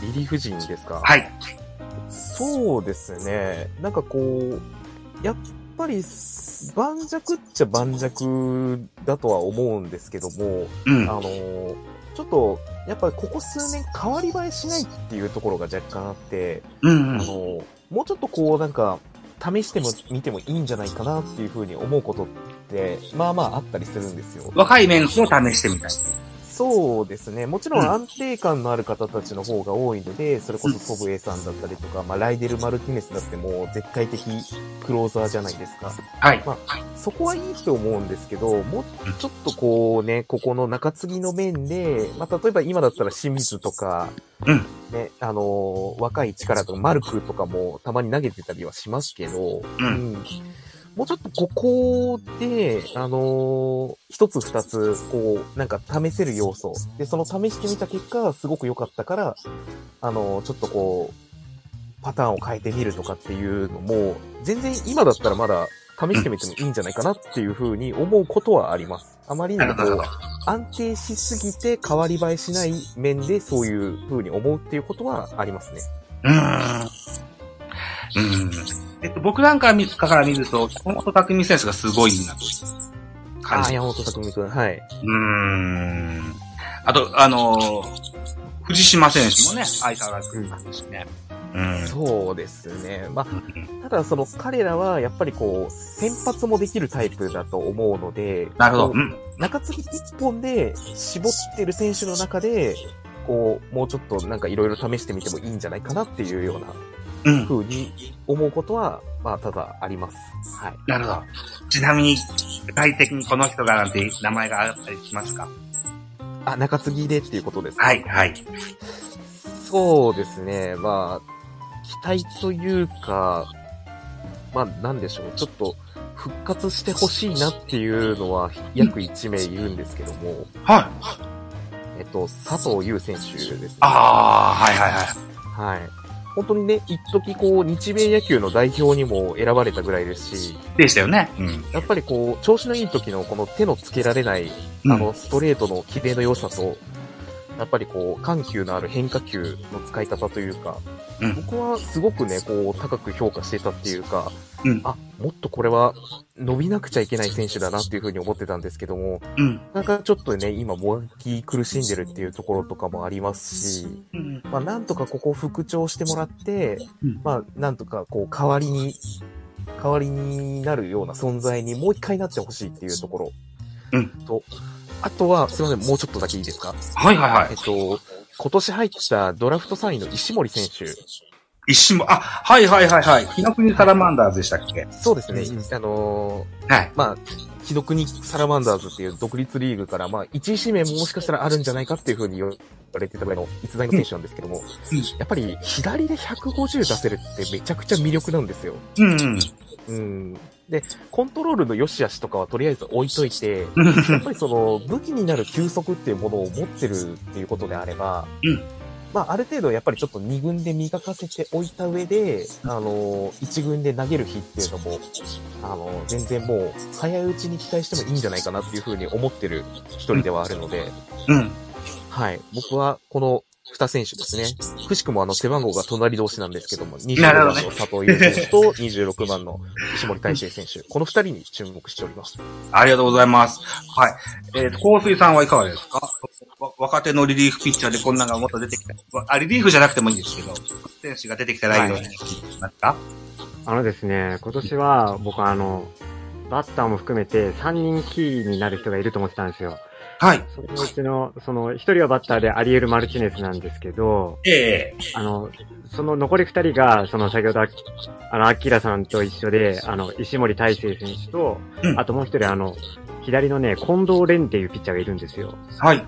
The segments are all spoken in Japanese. リリーフ陣ですか。はい。そうですね。なんかこう、やっぱり、盤石っちゃ盤石だとは思うんですけども、うん。あのーちょっと、やっぱりここ数年変わり映えしないっていうところが若干あって、うんあうのん。ーもうちょっとこうなんか、試しても見てもいいんじゃないかなっていうふうに思うことって、まあまああったりするんですよ。若いメンツを試してみたい。そうですね。もちろうんん安定感のある方たちの方が多いので、それこそソブエさんだったりとか、まあ、ライデル・マルティネスだってもう絶対的クローザーじゃないですか。はい。そこはいいと思うんですけど、もうちょっとこうね、ここの中継ぎの面で、まあ、例えば今だったら清水とか、うんね、あのー若い力とかマルクとかもたまに投げてたりはしますけど、うんうんもうちょっとここで、あのー一つ二つ、こう、なんか試せる要素。で、その試してみた結果、すごく良かったから、あのーちょっとこう、パターンを変えてみるとかっていうのも、全然今だったらまだ試してみてもいいんじゃないかなっていうふうに思うことはあります。あまりになもるこほうど。安定しすぎて変わり映えしない面でそういう風に思うっていうことはありますね。うーん。うん。えっと、僕なんか見から見ると、本本匠選手がすごいなと。感ああー、じ。う山本匠くん。はい。ーん。あと、あのー藤島選手もね、相変わらずですね。うん。そうですね。まうあ、んただその彼らはやっぱりこう、先発もできるタイプだと思うので、なるほど。こう。うん中継ぎ一本で絞ってる選手の中で、こう、もうちょっとなんかいろいろ試してみてもいいんじゃないかなっていうようなうん。風に思うことは、まあ、ただあります。はい。なるほど。ちなみに、具体的にこの人がなんて名前があったりしますかあ、中継ぎでっていうことですかはい、はい。そうですね。まあ、期待というか、まあ、なんでしょう。ちょっと、復活してほしいなっていうのは、約1名いるんですけども、はい。えっと、佐藤優選手ですね。ああ、はいはいはい。はい。本当にね、一時こう、日米野球の代表にも選ばれたぐらいですし、でしたよね。うん。やっぱりこう、調子のいい時のこの手のつけられないあの、ストレートのキレの良さと、やっぱりこう、緩急のある変化球の使い方というか、うん僕はすごくね、こう、高く評価してたっていうか、うんあ、もっとこれは伸びなくちゃいけない選手だなっていうふうに思ってたんですけども、うん。なんかちょっとね、今、もがき苦しんでるっていうところとかもありますし、うん。まあ、なんとかここを復調してもらって、うんまあ、なんとかこう、代わりに、代わりになるような存在にもう一回なってほしいっていうところ。うんと、あとは、すいません、もうちょっとだけいいですかはいはいはえっと、今年入ったドラフト3位の石森選手。い。一瞬も、あ、はいはいはいはい。日の国サラマンダーズでしたっけそうですね。うあのはー。いまあ、木の国サラマンダーズっていう独立リーグから、まあ、1位指名ももしかしたらあるんじゃないかっていうふうに言われてたぐらいの逸材の選手なんですけども、うんやっぱり左で150出せるってめちゃくちゃ魅力なんですよ。うんうん。うん。で、コントロールの良し悪しとかはとりあえず置いといて、うんやっぱりその武器になる球速っていうものを持ってるっていうことであれば、うんまあある程度やっぱりちょっと2軍で磨かせておいた上で、あの、1軍で投げる日っていうのも、あの、全然もう早いうちに期待してもいいんじゃないかなっていうふうに思ってる一人ではあるので、うん。はい。僕はこの2選手ですね。くしくもあの背番号が隣同士なんですけども、25なる番ほのどね佐藤優選手と26番の石森大成選手、この2人に注目しております。 ありがとうございます。はい。えっ、と、香水さんはいかがですかわ若手のリリーフピッチャーでこんなのがもっと出てきた。わあ、リリーフじゃなくてもいいんですけど、選手が出てきたらいいよね。なんかあのですね、今年は僕はあの、バッターも含めて3人キーになる人がいると思ってたんですよ。はい。そのうちの、その、1人はバッターでアリエル・マルチネスなんですけど、ええあの、その残り2人が、その先ほどあ、あの、アキラさんと一緒で、あの、石森大成選手とう、んあともう1人あの、左のね、近藤蓮っていうピッチャーがいるんですよ。はい。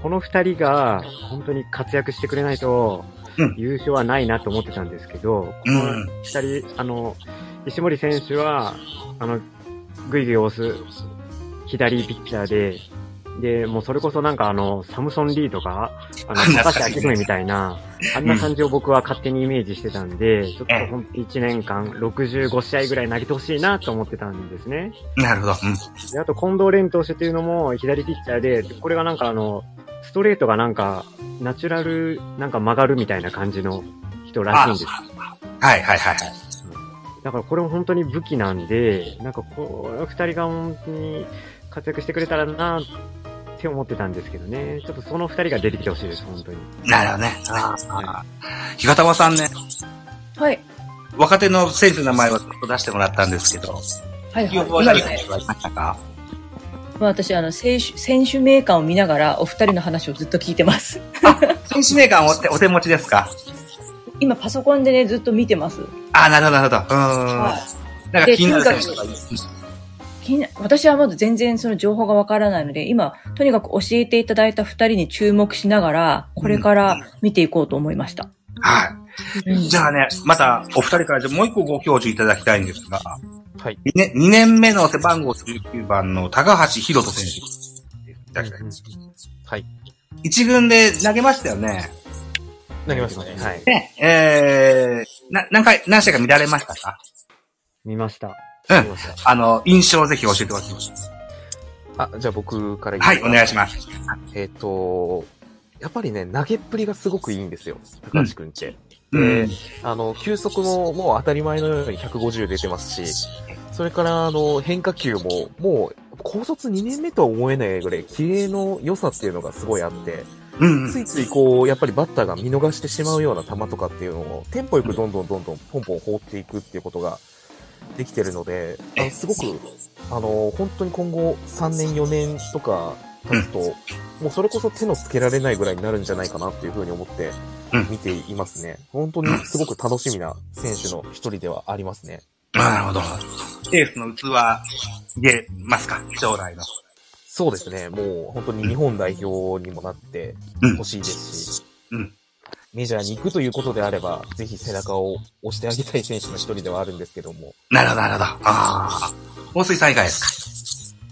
この二人が本当に活躍してくれないとうん、優勝はないなと思ってたんですけど、うんこの二人、あの、石森選手は、あの、ぐいぐい押す左ピッチャーで、で、もうそれこそなんかあの、サムソン・リーとか、あの、 懐か高しい橋明文みたいな、あんな感じを僕は勝手にイメージしてたんで、ちょっと本当1年間65試合ぐらい投げてほしいなと思ってたんですね。なるほど。うん。で、あと近藤蓮投手っていうのも左ピッチャーで、これがなんかあの、スストレートがなんか、ナチュラル、なんか曲がるみたいな感じの人らしいんですよはいはいはいはい。だからこれも本当に武器なんで、なんかこの二人が本当に活躍してくれたらなって思ってたんですけどね。ちょっとその二人が出てきてほしいです、本当に。なるほどね。ああ。ひがたまさんね、はい。若手の選手の名前はちょっと出してもらったんですけど、はい、記憶は。はい何今かですあねり。ましたかまあ私、あの、選手、選手名鑑を見ながら、お二人の話をずっと聞いてます。 選手名鑑をお手お手持ちですか今、パソコンでね、ずっと見てます。ああ、なるほどなるほど。うーん。はなんか気になる選手とかいるい。気にな私はまだ全然その情報がわからないので、今、とにかく教えていただいた二人に注目しながら、これから見ていこうと思いました。はい。うんじゃあね、またお二人からじゃあもう一個ご教授いただきたいんですが、はい。 2年 ,2 年目の背番号19番の高橋宏斗選手いただきたいんです。はい。一軍で投げましたよね。なりましたね。はい。ね、えー、な、何回、何試合か見られましたか見ました。うんりました。あの、印象をぜひ教えてほしい。あ、じゃあ僕からはい、おい願いします。ます。えっ、と、やっぱりね、投げっぷりがすごくいいんですよ。高橋くんって。うん。あの、球速ももう当たり前のように150出てますし、それから、あの、変化球も、もう、高卒2年目とは思えないぐらい、綺麗の良さっていうのがすごいあって、うん。ついついこう、やっぱりバッターが見逃してしまうような球とかっていうのを、テンポよくどんどんどんどんポンポン放っていくっていうことができてるので、あのすごく、あの、本当に今後3年4年とか経つと、もうそれこそ手のつけられないぐらいになるんじゃないかなっていうふうに思ってうん見ていますね。本当にすごく楽しみな選手の一人ではありますね。なるほど。エースの器、入れますか将来の。そうですね。もう本当に日本代表にもなってうんほしいですし、うんメジャーに行くということであれば、ぜひ背中を押してあげたい選手の一人ではあるんですけども、なるほど、なるほど。ああ。大水さんいかがですか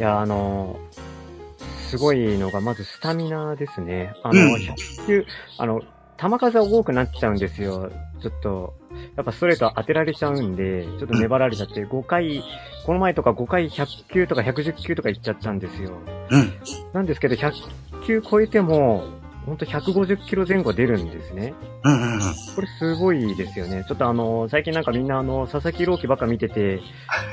いや、あの、すごいのが、まずスタミナですね。あうんの、100球、あの、球数は多くなっちゃうんですよ。ちょっと、やっぱストレート当てられちゃうんで、ちょっと粘られちゃって、5回、この前とか5回100球とか110球とかいっちゃったんですよ。うん。なんですけど、100球超えても、ほんと150キロ前後出るんですね。うんうんうん。これすごいですよね。ちょっとあの、最近なんかみんなあの、佐々木朗希ばっか見てて、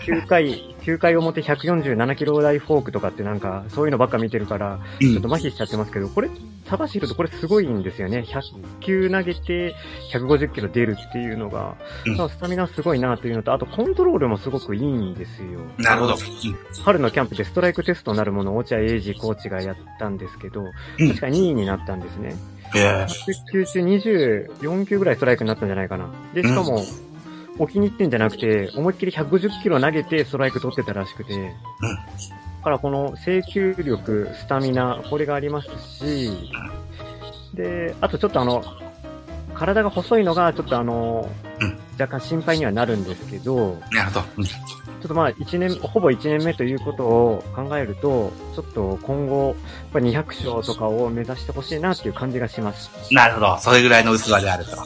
9回、9回 表147キロ台フォークとかってなんか、そういうのばっか見てるから、ちょっと麻痺しちゃってますけど、これ、高橋宏斗これすごいんですよね。100球投げて150キロ出るっていうのがうん、スタミナすごいなというのと、あとコントロールもすごくいいんですよ。なるほど。春のキャンプでストライクテストなるものを落合英二コーチがやったんですけど、うん確か2位になったんですね。ええ10球中24球ぐらいストライクになったんじゃないかな。で、しかも、置きに行ってんじゃなくて、思いっきり150キロ投げてストライク取ってたらしくて、だからこの制球力、スタミナ、これがありますし、で、あとちょっとあの、体が細いのがちょっとあのうん、若干心配にはなるんですけど、なるほど。うんちょっとまあ一年、ほぼ1年目ということを考えると、ちょっと今後、やっぱ200勝とかを目指してほしいなっていう感じがします。なるほど。それぐらいの器であると。は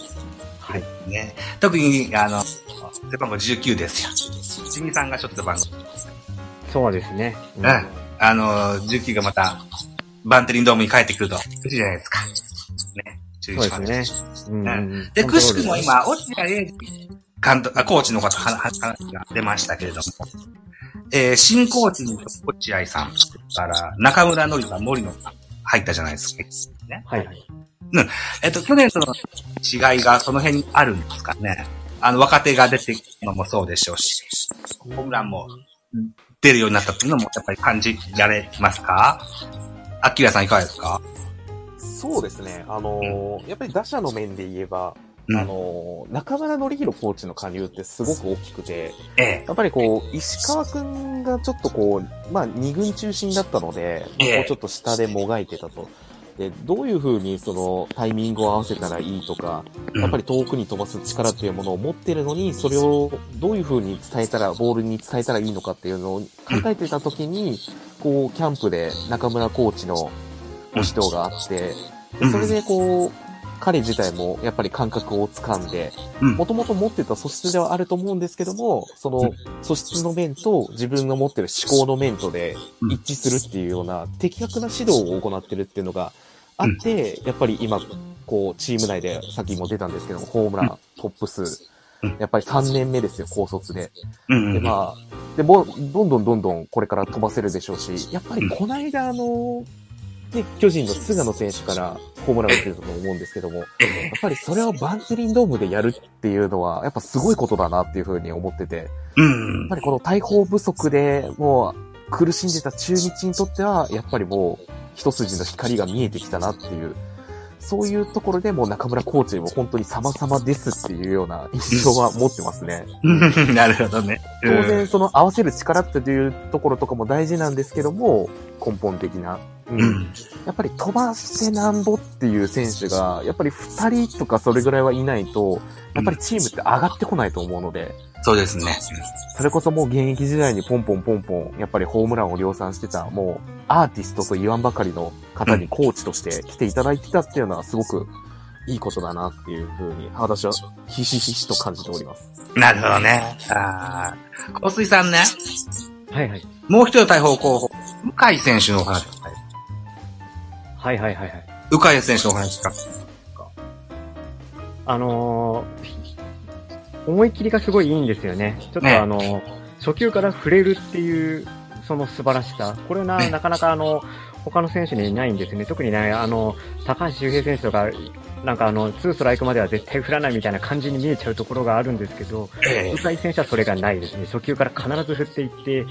い。ね。特に、あの、背番号19ですよ。ちみさんがちょっと背番号。そうですね。うんうんあの、19がまた、バンテリンドームに帰ってくると。嬉しいじゃないですか。ね。注意しそます。うですうんうんで、くしくも今、落合英二監督、あコーチの方、はは話が出ましたけれども、えー新コーチに落合さん、から中村のりさん、森野さん、入ったじゃないですか。ね。はいはい。えっと、去年との違いがその辺にあるんですかね。あの、若手が出てくるのもそうでしょうし、ホームランも出るようになったっていうのもやっぱり感じられますかアキラさんいかがですかそうですね。あのーやっぱり打者の面で言えば、うんあのー中村紀弘コーチの加入ってすごく大きくて、ええ。やっぱりこう、石川くんがちょっとこう、まあ、二軍中心だったので、ええもうちょっと下でもがいてたと。で、どういう風にそのタイミングを合わせたらいいとか、うんやっぱり遠くに飛ばす力っていうものを持ってるのに、それをどういう風に伝えたら、ボールに伝えたらいいのかっていうのを考えてた時に、こう、キャンプで中村コーチのご指導があって、うんでそれでこう、彼自体もやっぱり感覚を掴んで、うんもともと持ってた素質ではあると思うんですけども、その素質の面と自分が持ってる思考の面とでうん一致するっていうような的確な指導を行ってるっていうのがあって、やっぱり今、こう、チーム内でさっきも出たんですけども、ホームラン、トップ数うん。やっぱり3年目ですよ、高卒で。うんで、まあ、で、もう、どんどんどんどんこれから飛ばせるでしょうし、やっぱりこの間、あの、ね、巨人の菅野選手からホームランを打ってると思うんですけども、やっええぱりそれをバンテリンドームでやるっていうのは、やっぱすごいことだなっていうふうに思ってて、やっうんぱ。りこの大砲不足でもう苦しんでた中日にとっては、やっぱりもう一筋の光が見えてきたなっていう、そういうところでもう中村コーチも本当に様々ですっていうような印象は持ってますね。うんなるほどね。当うん然その合わせる力っていうところとかも大事なんですけども、根本的な。う、うんん。やっぱり飛ばしてなんぼっていう選手が、やっぱり2人とかそれぐらいはいないと、やっぱりチームって上がってこないと思うので、そうですね。それこそもう現役時代にポンポンポンポン、やっぱりホームランを量産してた、もうアーティストと言わんばかりの方にコーチとして来ていただいてたっていうのはすごくいいことだなっていうふうに、私はひしひしと感じております。なるほどね。ああ。小水さんね、はいはい。もう一人の大砲候補、向井選手のお話をしたい。はいはいはいはい。鵜飼選手のお話か。あのーひ思い切りがすごいいいんですよね。ちょっねとあのー初球から触れるっていう、その素晴らしさ。これな、ねなかなかあの、他の選手にいないんですね。特にね、あの、高橋周平選手とか、なんかあの、ツーストライクまでは絶対振らないみたいな感じに見えちゃうところがあるんですけど、ええ鵜飼選手はそれがないですね。初球から必ず振っていって、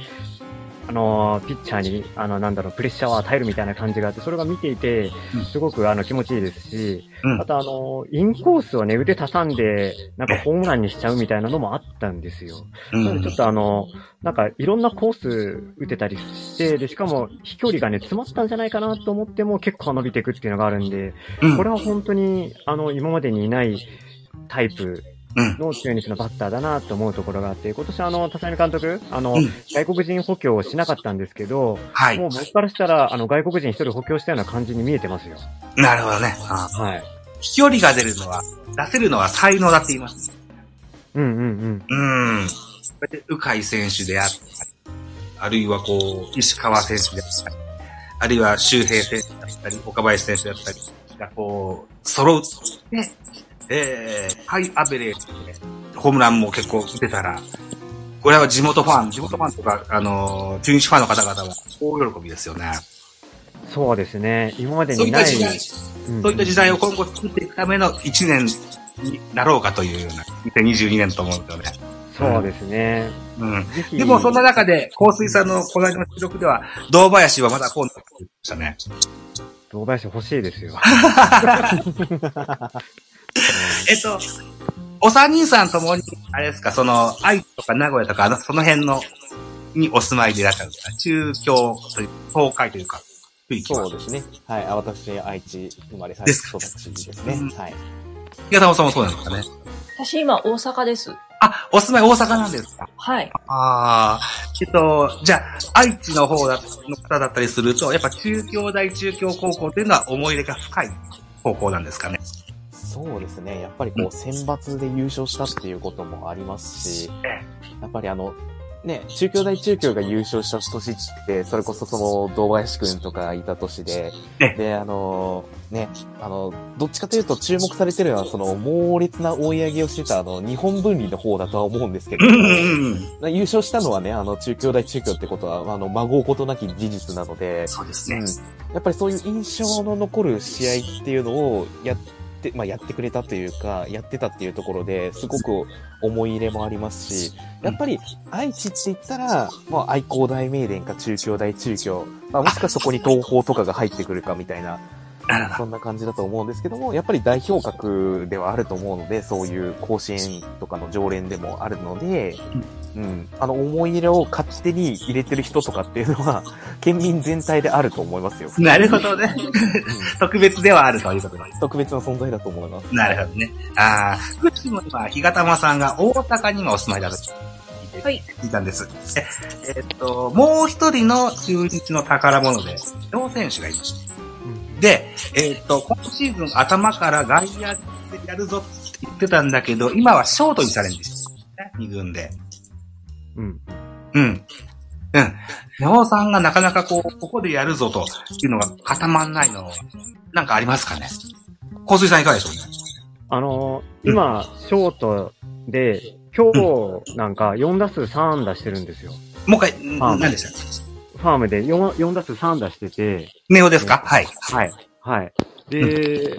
あのーピッチャーに、あの、なんだろう、プレッシャーを与えるみたいな感じがあって、それが見ていてうん、すごくあの、気持ちいいですし、うんあとあのーインコースをね、腕畳んで、なんかホームランにしちゃうみたいなのもあったんですよ。うなのんでちょっとあのーなんかいろんなコース打てたりして、で、しかも飛距離がね、詰まったんじゃないかなと思っても結構伸びていくっていうのがあるんで、うんこれは本当に、あの、今までにいないタイプうん。の中日のバッターだなと思うところがあって、今年あの、田中監督、あの、うん外国人補強をしなかったんですけど、はいもう。僕からしたら、あの、外国人一人補強したような感じに見えてますよ。なるほどね。ああはい。飛距離が出るのは、出せるのは才能だって言います。うんうんうん。うかい選手であったり、あるいはこう、石川選手であったり、あるいは周平選手だったり、岡林選手だったりがこう、揃って、えー、ハイアベレージで、ホームランも結構出たら、これは地元ファン、地元ファンとか、あのー、中日ファンの方々は大喜びですよね。うん。そうですね。今までそういにっなたい。時代、うんそういった時代を今後作っていくための1年になろうかというような、2022年と思うんですよね。そうですね。うん。ぜひでも、そんな中で、香水さんのこの間の収録では、堂林はまだ今度って言ってましたね。堂林欲しいですよ。えっと、お三人さんともに、あれですか、その、愛知とか名古屋とか、あの、その辺の、にお住まいでいらっしゃるんですか中京という、東海というか、地域そうは。ですね。はい。あ私、愛知生まれ、はい、で育すちですね。うんはい。平田さんもそうなんですかね。私今大阪です。あ、お住まい大阪なんですかはい。ああ、えっと、じゃあ、愛知の方だの方だったりすると、やっぱ中京大中京高校っていうのは思い入れが深い高校なんですかね。そうですね。やっぱりこう、選抜で優勝したっていうこともありますし、やっぱりあの、ね、中京大中京が優勝した年って、それこそその、堂林くんとかいた年でえ、で、あの、ね、あの、どっちかというと注目されてるのは、その、猛烈な追い上げをしてた、あの、日本分離の方だとは思うんですけどう、んうんうん。優勝したのはね、あの、中京大中京ってことは、あの、孫うことなき事実なので、そうですね。うん、やっぱりそういう印象の残る試合っていうのをやって、まあ、やってくれたというか、やってたっていうところですごく思い入れもありますし、やっぱり愛知って言ったら、まあ、愛工大名電か中京大中京、まあ、もしかそこに東宝とかが入ってくるかみたい な、なるほどそんな感じだと思うんですけども、やっぱり代表格ではあると思うので、そういう甲子園とかの常連でもあるので、うん、あの思い入れを勝手に入れてる人とかっていうのは、県民全体であると思いますよ。 なるほどね。特別ではあるということなんです。特別な存在だと思います。なるほどね。ああ、福島も今、ひがたまさんが大阪に今お住まいだと聞いて、はい聞いたんです。ええっと、もう一人の中日の宝物で、伊藤選手がいました。うんで、えーっと、今シーズン頭から外野でやるぞって言ってたんだけど、今はショートにされるんですよ、ね。二軍で。うん。うん。うん。山尾さんがなかなかこう、ここでやるぞというのが固まんないの、なんかありますかね香水さんいかがでしょうね あのー今、ショートで、今日なんか4打数3安打してるんですよ。もう一回、んあ何でしたっけファームで 4, 4打数3安打してて、ネオですかはい。はい。はい。で、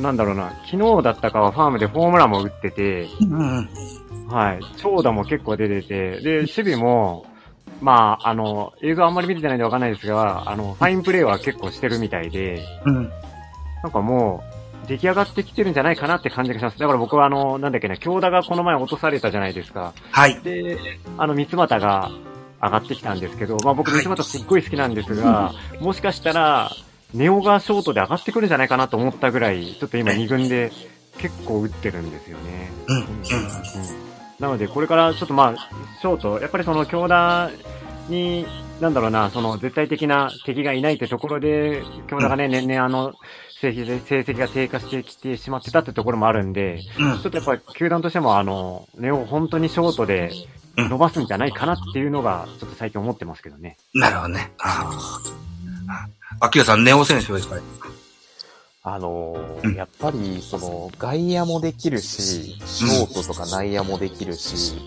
なんだろうな、昨日だったかはファームでホームランも打ってて、うんうんうん。はい。長打も結構出てて、で、守備も、まあ、あの、映像あんまり見れてないんでわかんないですが、あの、ファインプレーは結構してるみたいで、うん。なんかもう、出来上がってきてるんじゃないかなって感じがします。だから僕はあの、なんだっけな、京田がこの前落とされたじゃないですか。はい。で、あの、三俣が上がってきたんですけど、まあ僕はい三俣すっごい好きなんですが、もしかしたら、ネオがショートで上がってくるんじゃないかなと思ったぐらい、ちょっと今はい2軍で結構打ってるんですよね。うん。うん。なので、これからちょっとまあ、ショート、やっぱりその強打に、なんだろうな、その絶対的な敵がいないってところで、強打がね、年々あの、成績で成績が低下してきてしまってたってところもあるんで、うんちょっとやっぱり球団としてもあの、ネオを本当にショートでうん伸ばすんじゃないかなっていうのが、ちょっと最近思ってますけどね。なるほどね。ああ。あきらさん、ネオ選手ですかあのーうんやっぱり、その、外野もできるし、ショートとか内野もできるし、ん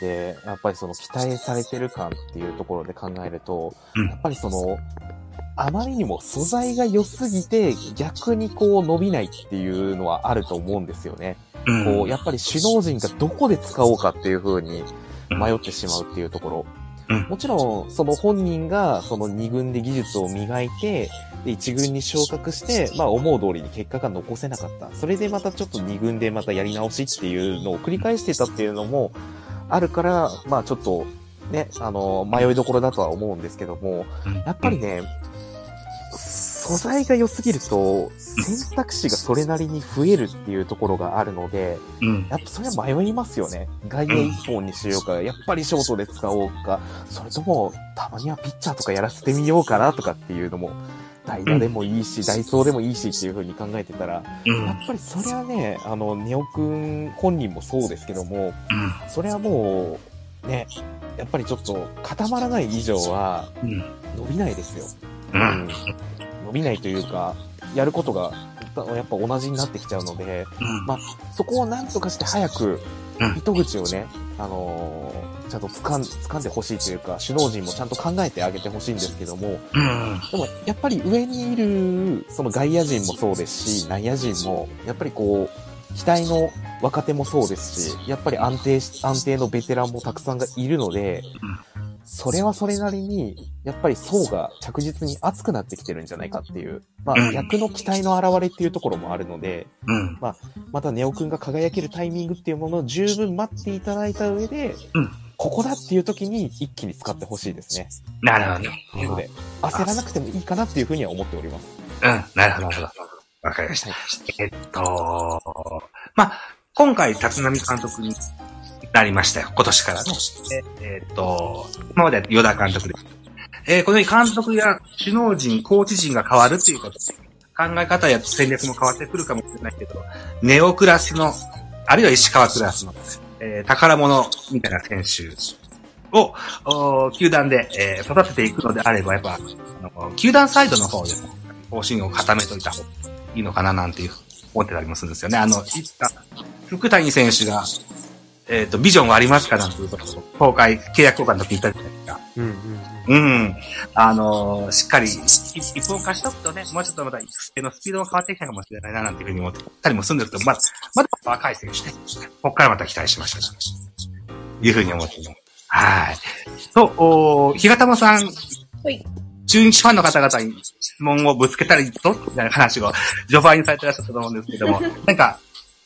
で、やっぱりその、期待されてる感っていうところで考えると、うんやっぱりその、あまりにも素材が良すぎて、逆にこう伸びないっていうのはあると思うんですよね。うん。こう、やっぱり首脳陣がどこで使おうかっていう風に迷ってしまうっていうところ。うんもちろん、その本人が、その2軍で技術を磨いて、で、1軍に昇格して、まあ思う通りに結果が残せなかった。それでまたちょっと2軍でまたやり直しっていうのを繰り返してたっていうのもあるから、まあちょっと、ね、あの、迷いどころだとは思うんですけども、うんやっぱりね、素材が良すぎると、選択肢がそれなりに増えるっていうところがあるので、うん。やっぱそれは迷いますよね。外野一本にしようか、やっぱりショートで使おうか、それとも、たまにはピッチャーとかやらせてみようかなとかっていうのも、代打でもいいし、代走でもいいしっていう風に考えてたら、うん。うやんっぱりそれはね、あの、ネオくん本人もそうですけども、それはもう、ね、やっぱりちょっと固まらない以上はうん。伸びないですよ。うう。んん伸びないというか、やることがやっぱ同じになってきちゃうので、うん。まあ、そこをなんとかして早くうん、糸口をね、あのーちゃんと掴ん掴んでほしいというか、首脳陣もちゃんと考えてあげてほしいんですけども、うん。でもやっぱり上にいる、その外野陣もそうですし、内野陣も、やっぱりこう、期待の若手もそうですし、やっぱり安定し、安定のベテランもたくさんがいるのでうん、それはそれなりに、やっぱり層が着実に厚くなってきてるんじゃないかっていう、まうあん逆の期待の表れっていうところもあるので、うん。またネオくんが輝けるタイミングっていうものを十分待っていただいた上で、うんここだっていう時に一気に使ってほしいですね。なるほどね。ということで、焦らなくてもいいかなっていうふうには思っております。うん、なるほど、なるほど。わかりました。えっと、まあ、今回、立浪監督になりましたよ。今年からの。ええっと、今まで与田監督です。えーこのように監督や首脳陣、コーチ陣が変わるっていうこと。考え方や戦略も変わってくるかもしれないけど、ネオクラスの、あるいは石川クラスの、えー宝物みたいな選手を、お球団で、えー育てていくのであれば、やっぱ、あの球団サイドの方でも方針を固めといた方がいいのかななんていう思ってたりもするんですよね。あの、いつか、福谷選手が、えっ、と、ビジョンはありますかなんていうことを、公開、契約交換の時に言ったじゃないですか。うんうん。うん。あのしっかり、一一本化しとくとね、もうちょっとまた育成のスピードが変わってきたかもしれないななんていうふうに思ってたりもするんですけど、まだ、まだ若い選手ね。ここからまた期待しました。いうふうに思っています。はい。と、お日がたまさん、はい。中日ファンの方々に質問をぶつけたりと、みたいな話を序盤にされてらっしゃったと思うんですけども、なんか、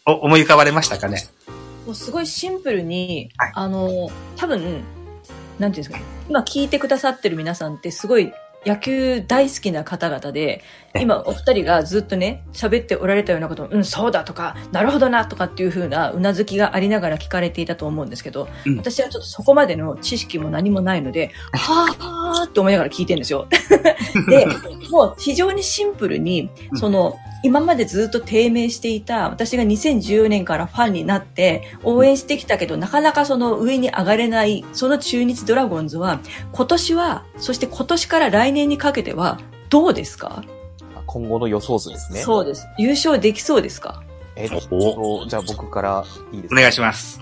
お思い浮かばれましたかねもうすごいシンプルに、はいあの、多分、なんていうんですか、今聞いてくださってる皆さんってすごい野球大好きな方々で、今お二人がずっとね、喋っておられたようなことを、うん、そうだとか、なるほどなとかっていう風なうなずきがありながら聞かれていたと思うんですけど、うん私はちょっとそこまでの知識も何もないので、はぁはぁって思いながら聞いてるんです よ。で、もう非常にシンプルに、その、今までずっと低迷していた、私が2014年からファンになって、応援してきたけど、なかなかその上に上がれない、その中日ドラゴンズは、今年は、そして今年から来年にかけては、どうですか、今後の予想図ですね。そうです。優勝できそうですかえっと、じゃあ僕からいいですおか、願いします。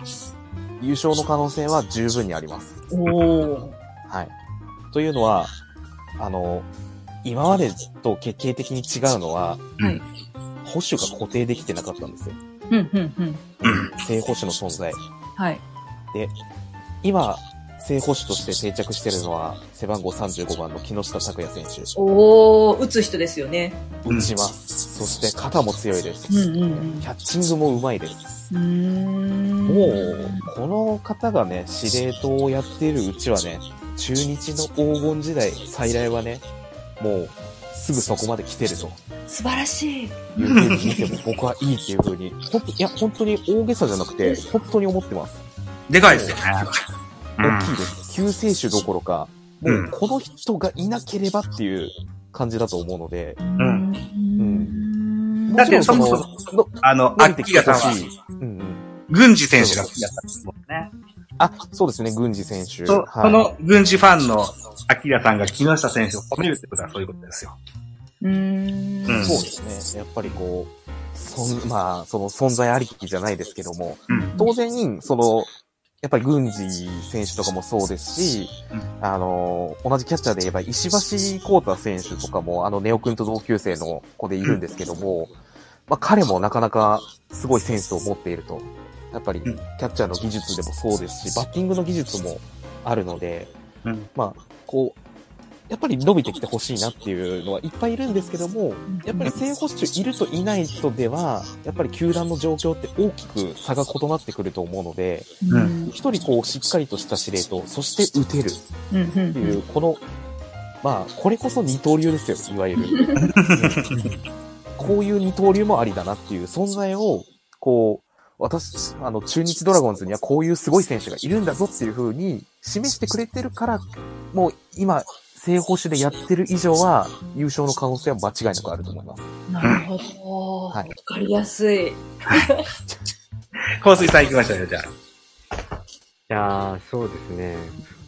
優勝の可能性は十分にあります。おお。はい。というのは、あの、今までと決定的に違うのは、うん保守が固定できてなかったんですよ。うん、うん、うん。うん。正保守の存在。はい。今、正保守として定着してるのは、背番号35番の木下拓也選手。おお、打つ人ですよね。打ちます。そして肩も強いです。うんキうんうんャッチングもうまいです。うーん。もう、この方がね、司令塔をやっているうちはね、中日の黄金時代、再来はね、もう、すぐそこまで来てると。素晴らしい。いう風に見ても僕はいいっていう風に、本当いや、本当に大げさじゃなくて、本当に思ってます。でかいですよね。大きいです。救世主どころか、もうんうこの人がいなければっていう感じだと思うので、んうんだってもちろんそものうん。あの、伸アびッてキきーてヤさんほは、しい。うんうん。軍事選手が好きだったんですもんね。あ、そうですね、軍事選手。そはいその軍事ファンのアキラさんが木下選手を褒めるってことはそういうことですよ。うーん。うんそうですね。やっぱりこう、そん、まあ、その存在ありきじゃないですけども、うん当然、その、やっぱり軍事選手とかもそうですし、うあの、同じキャッチャーで言えば石橋幸太選手とかも、あの、ネオ君と同級生の子でいるんですけども、まあ彼もなかなかすごいセンスを持っていると。やっぱり、キうんャッチャーの技術でもそうですし、バッティングの技術もあるので、うんまあ、こう、やっぱり伸びてきてほしいなっていうのはいっぱいいるんですけども、やっぱり正捕手いるといないとでは、やっぱり球団の状況って大きく差が異なってくると思うので、うん。うん一人こうしっかりとした司令塔、そして打てるっうんうていんう、この、まあ、これこそ二刀流ですよ、いわゆる。こういう二刀流もありだなっていう存在を、こう、私、あの、中日ドラゴンズにはこういうすごい選手がいるんだぞっていう風に示してくれてるから、もう今、正捕手でやってる以上は、優勝の可能性は間違いなくあると思います。なるほど。わはいかりやすい。香水さん行きましょうよ、じゃあ。いやー、そうですね。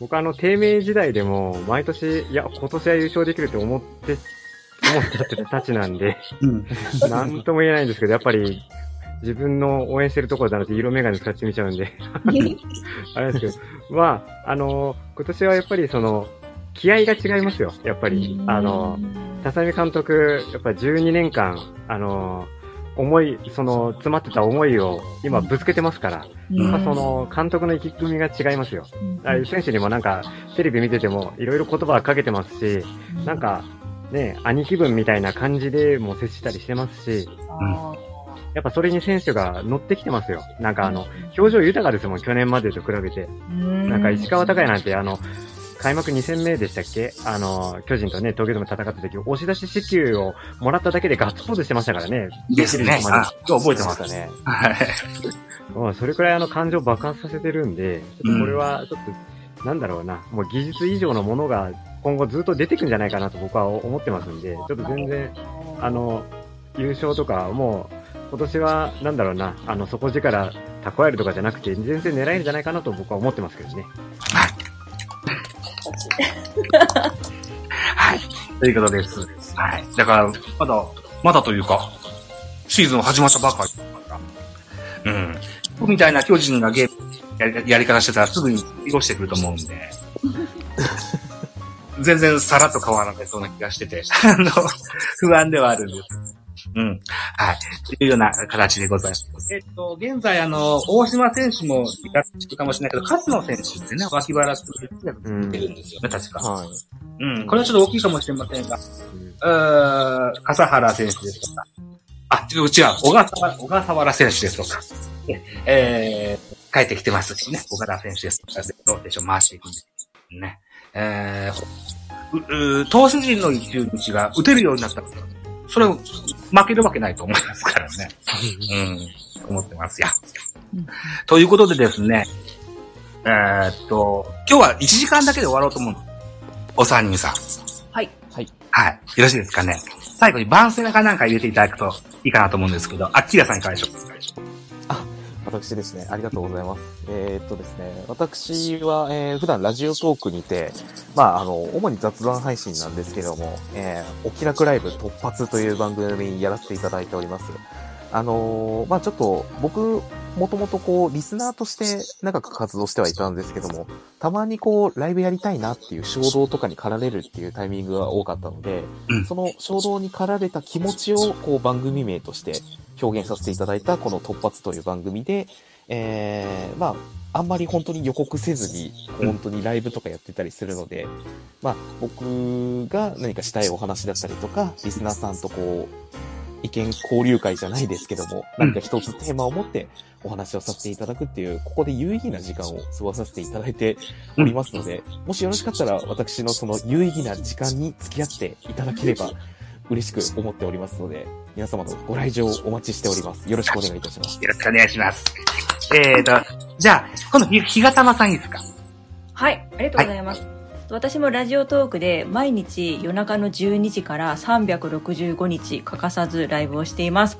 僕あの、低迷時代でも、毎年、いや、今年は優勝できると思って、思っちゃってたたちなん で、うん。なんとも言えないんですけど、やっぱり、自分の応援してるところだなって色眼鏡使ってみちゃうんで、あれですけど、まあ、あのー今年はやっぱりその、気合が違いますよ、やっぱり。あのー、笹見監督、やっぱ12年間、あのー思い、その、詰まってた思いを今ぶつけてますから、うん、まあその、監督の意気込みが違いますよ。うん、あ選手にもなんか、テレビ見てても、いろいろ言葉かけてますし、なんか、ね、兄貴分みたいな感じでも接したりしてますし、あやっぱそれに選手が乗ってきてますよ。なんー、かあの、表情豊かですもん、去年までと比べて。なんか石川高隆也なんて、あの、開幕2戦目でしたっけあの、巨人とね、東京でも戦った時、押し出し支給をもらっただけでガッツポーズしてましたからね。ですね。あ今日覚えてます。かね。はい。うんそれくらいあの、感情を爆発させてるんで、ちょっとこれは、ちょっと、なんだろうな、もう技術以上のものが今後ずっと出てくんじゃないかなと僕は思ってますんで、ちょっと全然、あの、優勝とか、もう、今年は、なんだろうな、あの、底力蓄えるとかじゃなくて、全然狙えるんじゃないかなと僕は思ってますけどね。はい。ということです。はい。だから、まだ、まだというか、シーズン始まったばかりだから。うん。僕みたいな巨人がゲームやりやり方してたらすぐに濁してくると思うん で。全然さらっと変わらないそうな気がしてて、 あの、不安ではあるんです。うん。はい。というような形でございます。えっと、現在、あの、大島選手もいらっしゃるかもしれないけど、勝野選手ってね、脇腹つうんって。るんですよね、確か。はい。うん、これはちょっと大きいかもしれませんが、うーん、笠原選手ですとか、あ、違う、違う、小笠原、小笠原選手ですとか、 えー、帰ってきてますしね、小笠原選手ですとか、どうでしょう、回していくんですね。えー、うう投手陣の一中日が打てるようになったら、それを負けるわけないと思いますからね。うん、思ってますよ。うんということでですね、えーっと、今日は1時間だけで終わろうと思うの。お三人さん。はい。はい。よろしいですかね。最後に番宣かなんか入れていただくといいかなと思うんですけど、あっきらさんいかがでしょう私ですね、ありがとうございます。えーっとですね、私は、えー普段ラジオトークにて、まあ、あの、主に雑談配信なんですけども、えー、お気楽ライブ突発という番組やらせていただいております。あのーまあちょっと、僕、もともとこう、リスナーとして長く活動してはいたんですけども、たまにこう、ライブやりたいなっていう衝動とかに駆られるっていうタイミングが多かったので、うんその衝動に駆られた気持ちをこう、番組名として表現させていただいたこの突発という番組で、えー、まあ、あんまり本当に予告せずに、うん本当にライブとかやってたりするので、まあ、僕が何かしたいお話だったりとか、リスナーさんとこう、意見交流会じゃないですけども、う何んか一つテーマを持ってお話をさせていただくっていう、ここで有意義な時間を過ごさせていただいておりますので、もしよろしかったら私のその有意義な時間に付き合っていただければ嬉しく思っておりますので、皆様のご来場をお待ちしております。よろしくお願いいたします。よろしくお願いします。えーと、じゃあ、今度ひ、ひがたまさんいいですかはい、ありがとうございます。私もラジオトークで毎日夜中の12時から365日欠かさずライブをしています。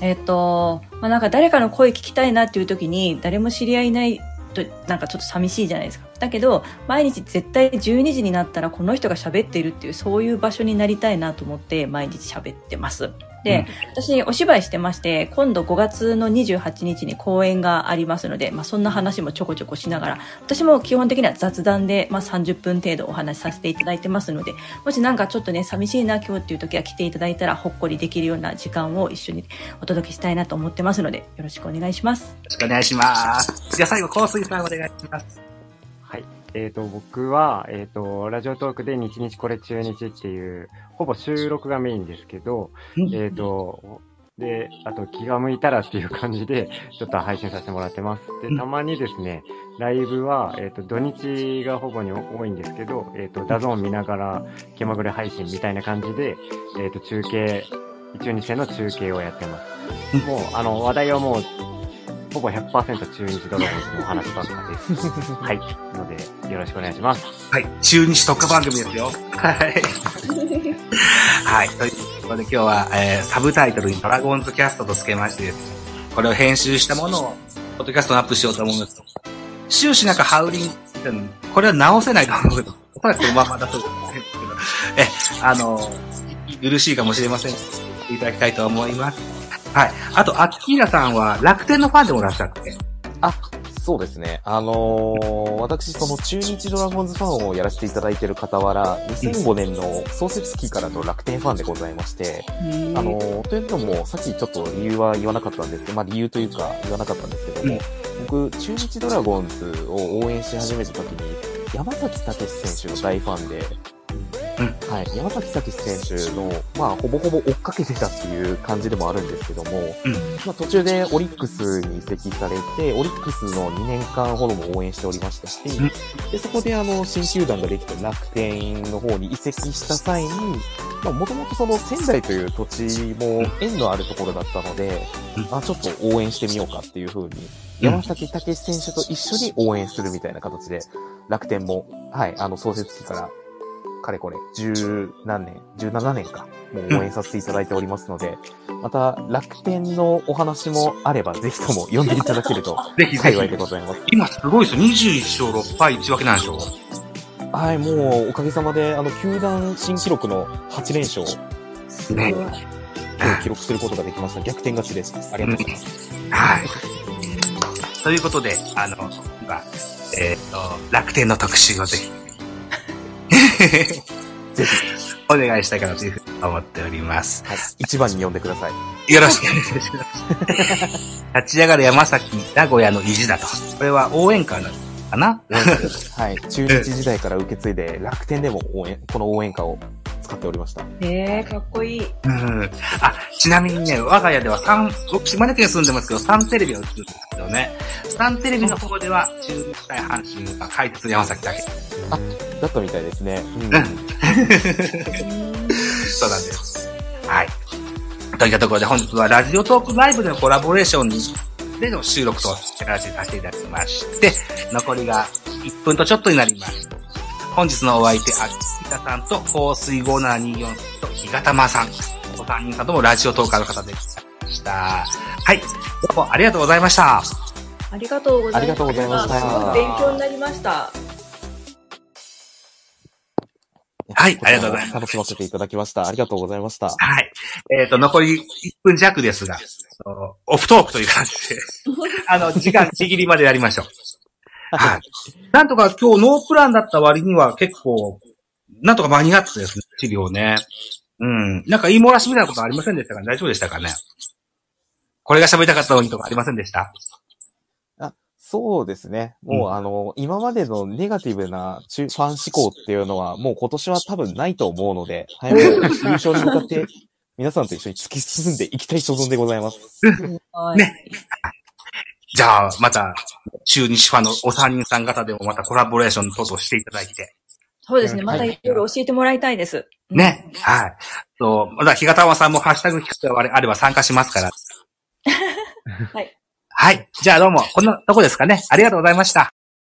えっと、まあ、なんか誰かの声聞きたいなっていう時に誰も知り合いないとなんかちょっと寂しいじゃないですか。だけど毎日絶対12時になったらこの人が喋っているっていうそういう場所になりたいなと思って毎日喋ってます。で、私お芝居してまして今度5月の28日に公演がありますので、まあ、そんな話もちょこちょこしながら私も基本的には雑談で、まあ、30分程度お話しさせていただいてますのでもしなんかちょっとね寂しいな今日っていう時は来ていただいたらほっこりできるような時間を一緒にお届けしたいなと思ってますのでよろしくお願いし ますよろしくお願いします。じゃあ最後、香水さんお願いします。はい。えっ、と、僕は、えっ、と、ラジオトークで日日これ中日っていう、ほぼ収録がメインですけど、うんえっ、と、で、あと気が向いたらっていう感じで、ちょっと配信させてもらってます。うんで、たまにですね、ライブは、えっ、と、土日がほぼに多いんですけど、えっ、と、ダゾーン見ながら気まぐれ配信みたいな感じで、えっ、と、中継、中日戦の中継をやってます。もう、あの、話題はもう、ほぼ100%中日ドラゴンズのお話ばっかです。はい。ので、よろしくお願いします。はい。中日特化番組ですよ。はい。はい。ということで今日は、えーサブタイトルにドラゴンズキャストとつけましてですね、これを編集したものを、ポッドキャストにアップしようと思うんですけど、終始なんかハウリングみたいなの、これは直せないと思うけど、おそらくそのままだと思うんですけど、え、あのー、苦しいかもしれません。いただきたいと思います。はい。あと、アッキーナさんは楽天のファンでもらっしゃって、そうですね。あのー私、その中日ドラゴンズファンをやらせていただいている傍ら、2005年の創設期からの楽天ファンでございまして、あのーというのも、さっきちょっと理由は言わなかったんですけど、まあ理由というか言わなかったんですけども、僕、中日ドラゴンズを応援し始めた時に、山崎武史選手の大ファンで、はい、山崎武史選手の、まあ、ほぼほぼ追っかけてたっていう感じでもあるんですけども、うんまあ、途中でオリックスに移籍されて、オリックスの2年間ほども応援しておりましたし、んでそこであの、新球団ができて楽天の方に移籍した際に、まあ、もともとその仙台という土地も縁のあるところだったので、うんあ、ちょっと応援してみようかっていう風に、山崎武史選手と一緒に応援するみたいな形で、楽天も、はい、あの、創設期から、かれこれ、十何年、17年か、もう応援させていただいておりますので、また、楽天のお話もあれば、ぜひとも呼んでいただけると、 ぜひぜ幸いでひ。ございます。今すごいですよ。21勝6敗1分けなんでしょはい、もう、おかげさまで、あの、球団新記録の8連勝をすね記録することができました。逆転勝ちです。ありがとうございます。はい。ということで、あの、今、えっ、と、楽天の特集をぜ ひ、ぜひ、お願いしたいかなというふうに思っております。はい、一番に呼んでください。よろしくお願いします。立ち上がる山崎、名古屋の意地だと。これは応援歌なのかなはい、中日時代から受け継いで、楽天でも応援、この応援歌を使っておりました。えー、かっこいういん。あ、ちなみにね、我が家では三、僕島根県住んでますけど、三テレビを映るんですけどね、三テレビの方では、中日対阪神が解説山崎だけ。だったみたいですね。うんうんそうなんです。はい。といったところで本日はラジオトークライブでのコラボレーションでの収録とやらせていただきまして、残りが1分とちょっとになります。本日のお相手、秋田さんと、香水5724と、日がたまさん、お三人さんともラジオトーカーの方でした。はい。どうもありがとうございました。 ありがとうございまありがした。とうございましたすごく勉強になりました。はいありがとうございます楽しませていただきました。ありがとうございました。はい。えっ、と、残り1分弱ですが、あのオフトークという感 じで、あの、時間ちぎりまでやりましょう。 はい。なんとか今日ノープランだった割には結構、なんとか間に合ってですね、治療ね。うん。なんか言い漏らしみたいなことありませんでしたかね大丈夫でしたかねこれが喋りたかったのにとかありませんでしたそうですね。もう、あの、今までのネガティブな中ファン思考っていうのは、もう今年は多分ないと思うので、早めに優勝に向かって、皆さんと一緒に突き進んでいきたい所存でございます。はい。じゃあ、また、中日ファンのお三人さん方でもまたコラボレーション等々していただいて。そうですね。うんまたいろいろ教えてもらいたいです。ね。はい。そう、また、ひがたまさんもハッシュタグ企画があれば参加しますから。はい。はい。じゃあどうも、こんなとこですかね。ありがとうございました。